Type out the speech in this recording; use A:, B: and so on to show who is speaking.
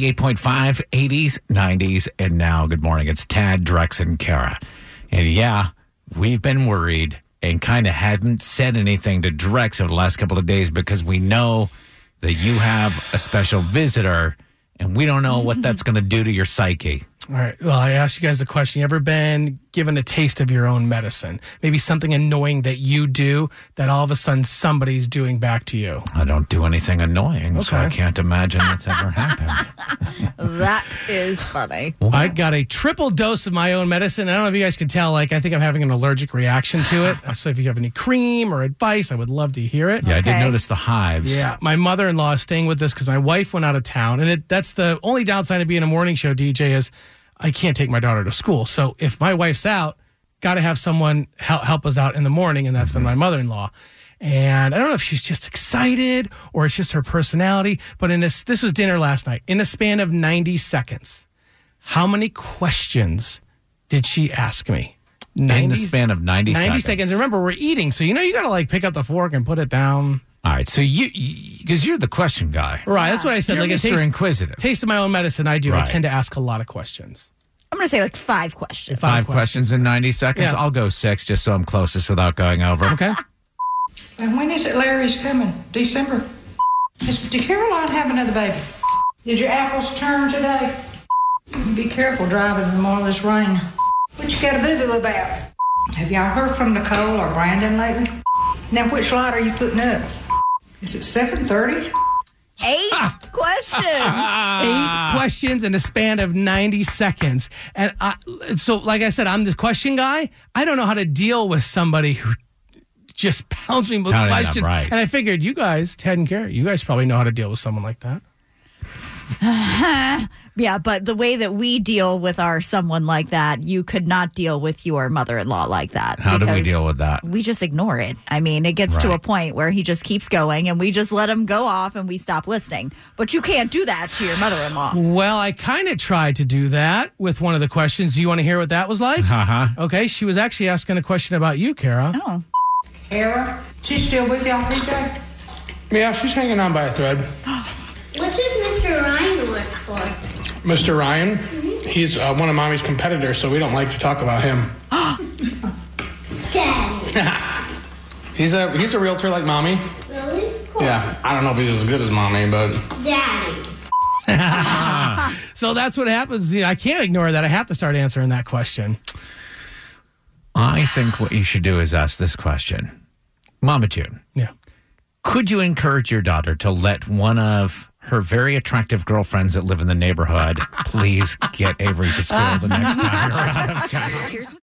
A: B98.5, 80s, 90s, and now. Good morning. It's Tad, Drex, and Kara. And yeah, we've been worried and kind of haven't said anything to Drex over the last couple of days because we know that you have a special visitor and we don't know what that's going to do to your psyche.
B: All right. Well, I asked you guys the question. You ever been given a taste of your own medicine? Maybe something annoying that you do that all of a sudden somebody's doing back to you.
A: I don't do anything annoying, so I
B: Okay.
A: can't imagine that's ever happened.
C: That is funny.
B: I got a triple dose of my own medicine. I don't know if you guys can tell. Like, I think I'm having an allergic reaction to it. So, if you have any cream or advice, I would love to hear it.
A: Yeah, I did
C: Okay.
A: notice the hives.
B: Yeah, my mother-in-law is staying with us because my wife went out of town, and it, that's the only downside of being a morning show DJ is I can't take my daughter to school. So if my wife's out, got to have someone help help us out in the morning, and that's been my mother-in-law. And I don't know if she's just excited or it's just her personality, but in this this was dinner last night. In a span of ninety seconds, how many questions did she ask me? 90,
A: In the span of 90,
B: 90
A: seconds.
B: seconds. Remember, we're eating, so you know you got to like pick up the fork and put it down.
A: All right, so you, because you, are the question guy.
B: Right, that's what I said.
A: You're
B: like it
A: Mr.
B: takes
A: Inquisitive.
B: taste of my own medicine i do i
A: Right.
B: tend to ask a lot of questions
C: I'm going to say like five questions.
A: Five questions in 90 seconds.
B: Yeah.
A: I'll go six just so I'm closest without going over.
B: okay
D: And when is it Larry's coming? December. Is, did Caroline have another baby? Did your apples turn today? Be careful driving in all this rain. What you got a boo boo about? Have y'all heard from Nicole or Brandon lately? Now, which light are you putting up? Is it 7:30?
C: Eight
A: Ah.
C: questions.
B: eight questions in a span of 90 seconds and I, so like i said i'm the question guy i don't know how to deal with somebody who just pounds me with
A: Pounding them,
B: questions
A: right.
B: and i figured you guys ted and Garrett, you guys probably know how to deal with someone like that
C: yeah, but the way that we deal with our someone like that, you could not deal with your mother in law like that.
A: How do we
C: because
A: deal with that?
C: We just ignore it. I mean, it gets to
A: Right.
C: a point where he just keeps going and we just let him go off and we stop listening. But you can't do that to your mother in law.
B: well i kind of tried to do that with one of the questions do you want to hear what that was like
A: Uh-huh.
B: okay she was actually asking a question about you kara
C: No.
D: Era, she still with y'all, PJ?
E: Yeah, she's hanging on by a thread.
F: What does Mr. Ryan work for?
E: Mr. Ryan, he's uh, one of mommy's competitors, so we don't like to talk about him.
F: Daddy.
E: He's a he's a realtor like mommy.
F: Really? Cool.
E: Yeah, I don't know if he's as good as mommy, but
F: Daddy.
B: So that's what happens. You know, I can't ignore that. I have to start answering that question.
A: I think what you should do is ask this question Mama June,
B: Yeah.
A: could you encourage your daughter to let one of her very attractive girlfriends that live in the neighborhood please get Avery to school the next time you're out of town?